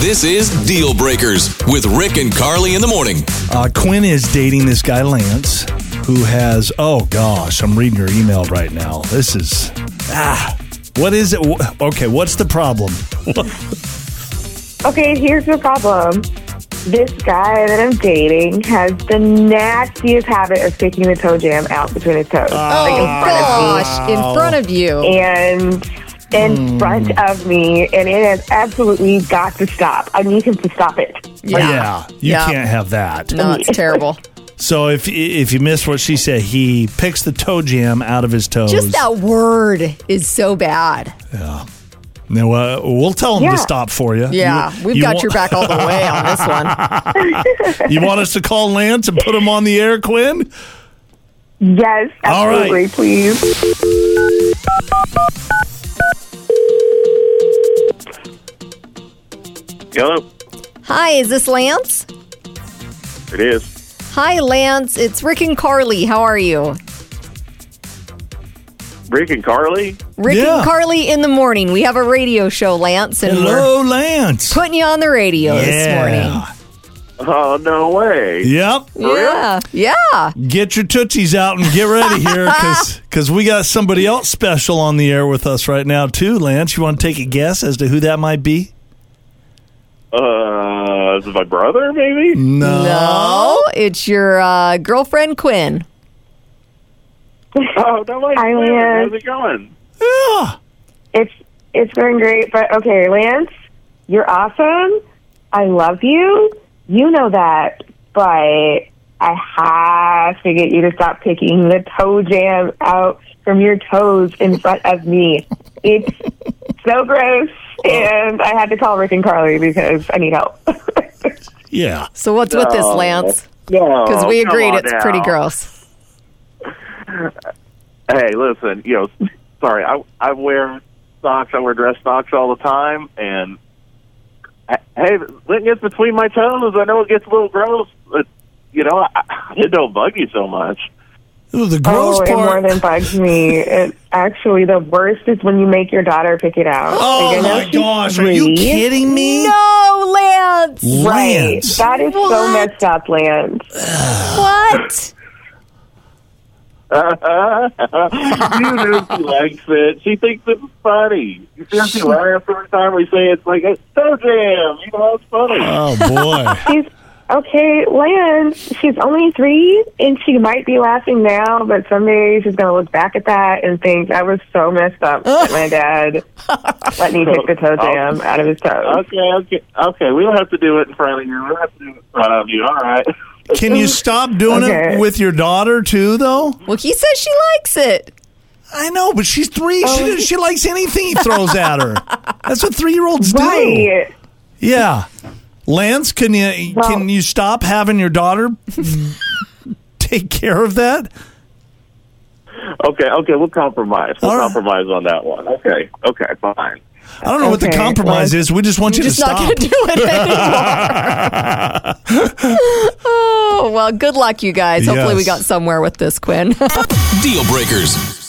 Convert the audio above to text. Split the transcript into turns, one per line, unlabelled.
This is Deal Breakers with Rick and Carly in the morning.
Uh, Quinn is dating this guy Lance, who has oh gosh, I'm reading your email right now. This is ah, what is it? Wh- Okay, what's the problem?
Okay, here's the problem. This guy that I'm dating has the nastiest habit of sticking the toe jam out between his toes.
Ah.
Oh, gosh, in front of
Oh,
you.
and in
Hmm.
front of me, and it has absolutely got to stop. I need him to stop it.
Yeah, you
Yeah.
can't have that.
No, it's terrible.
So if if you missed what she said, he picks the toe jam out of his toes.
Just that word is so bad.
Now, uh, we'll tell him
Yeah.
to stop for you.
Yeah,
You-
we've
you
got
want-
your back all the way on this one.
You want us to call Lance and put him on the air, Quinn?
Yes,
All right.
absolutely, please.
Hello.
Hi, is this Lance?
It is.
Hi, Lance. It's Rick and Carly. How are you?
Rick and Carly.
Rick
Yeah.
and Carly in the morning. We have a radio show, Lance, and we're
Hello, Lance.
putting you on the radio this morning.
Oh no way.
Yep.
Yeah, yeah.
Get your tootsies out and get ready here because we got somebody else special on the air with us right now, too, Lance. You want to take a guess as to who that might be?
Uh, is it my brother maybe?
No. Oh.
No, Oh, it's your uh, girlfriend Quinn.
Oh no way.
Hi, Leanne.
How's it going?
Yeah.
It's it's going great, but okay, Lance, you're awesome. I love you. You know that, but I have to get you to stop picking the toe jam out from your toes in front of me. It's so gross, and I had to call Rick and Carly because I need help.
Yeah.
So what's with this,
No.
Lance?
No,
Because we
Oh. come
agreed
on
it's
now.
pretty gross.
Hey, listen. You know, sorry. I I wear socks. I wear dress socks all the time, and hey, it gets between my toes. I know it gets a little gross, but you know, I, it don't bug you so much.
Ooh, the gross
oh, it more
part.
than bugs me. It's actually the worst is when you make your daughter pick it out. Like,
oh,
I know
my
she's
gosh. Are you
three.
kidding me?
No, Lance.
Right.
Lance.
That is so
What?
messed up, Lance.
What?
you know she likes it. She thinks it's funny. You see how she laughs every time we say it's like a toe jam. You know it's funny.
Oh, boy.
She's okay, Lance. She's only three, and she might be laughing now, but someday she's gonna look back at that and think I was so messed up that my dad let me pick the toe jam out of his toes.
okay, okay, okay. We don't have to do it in front of you. We don't have to do it in front of you. All right.
Can you stop doing
Okay.
it with your daughter, too, though?
Well, he says she likes it.
I know, but she's three.
Oh.
She, she likes anything he throws at her. That's what three year olds do.
Right.
Yeah. Lance, can you
Well-
can you stop having your daughter take care of that?
Okay, okay. We'll compromise. We'll
All right.
compromise on that one. Okay, okay, fine.
I don't know what the
Okay,
compromise
well,
is. We just want you
Just
to
not
stop.
going to do it anymore. oh, well, good luck, you guys. Hopefully, we
Yes.
got somewhere with this, Quinn.
Deal Breakers.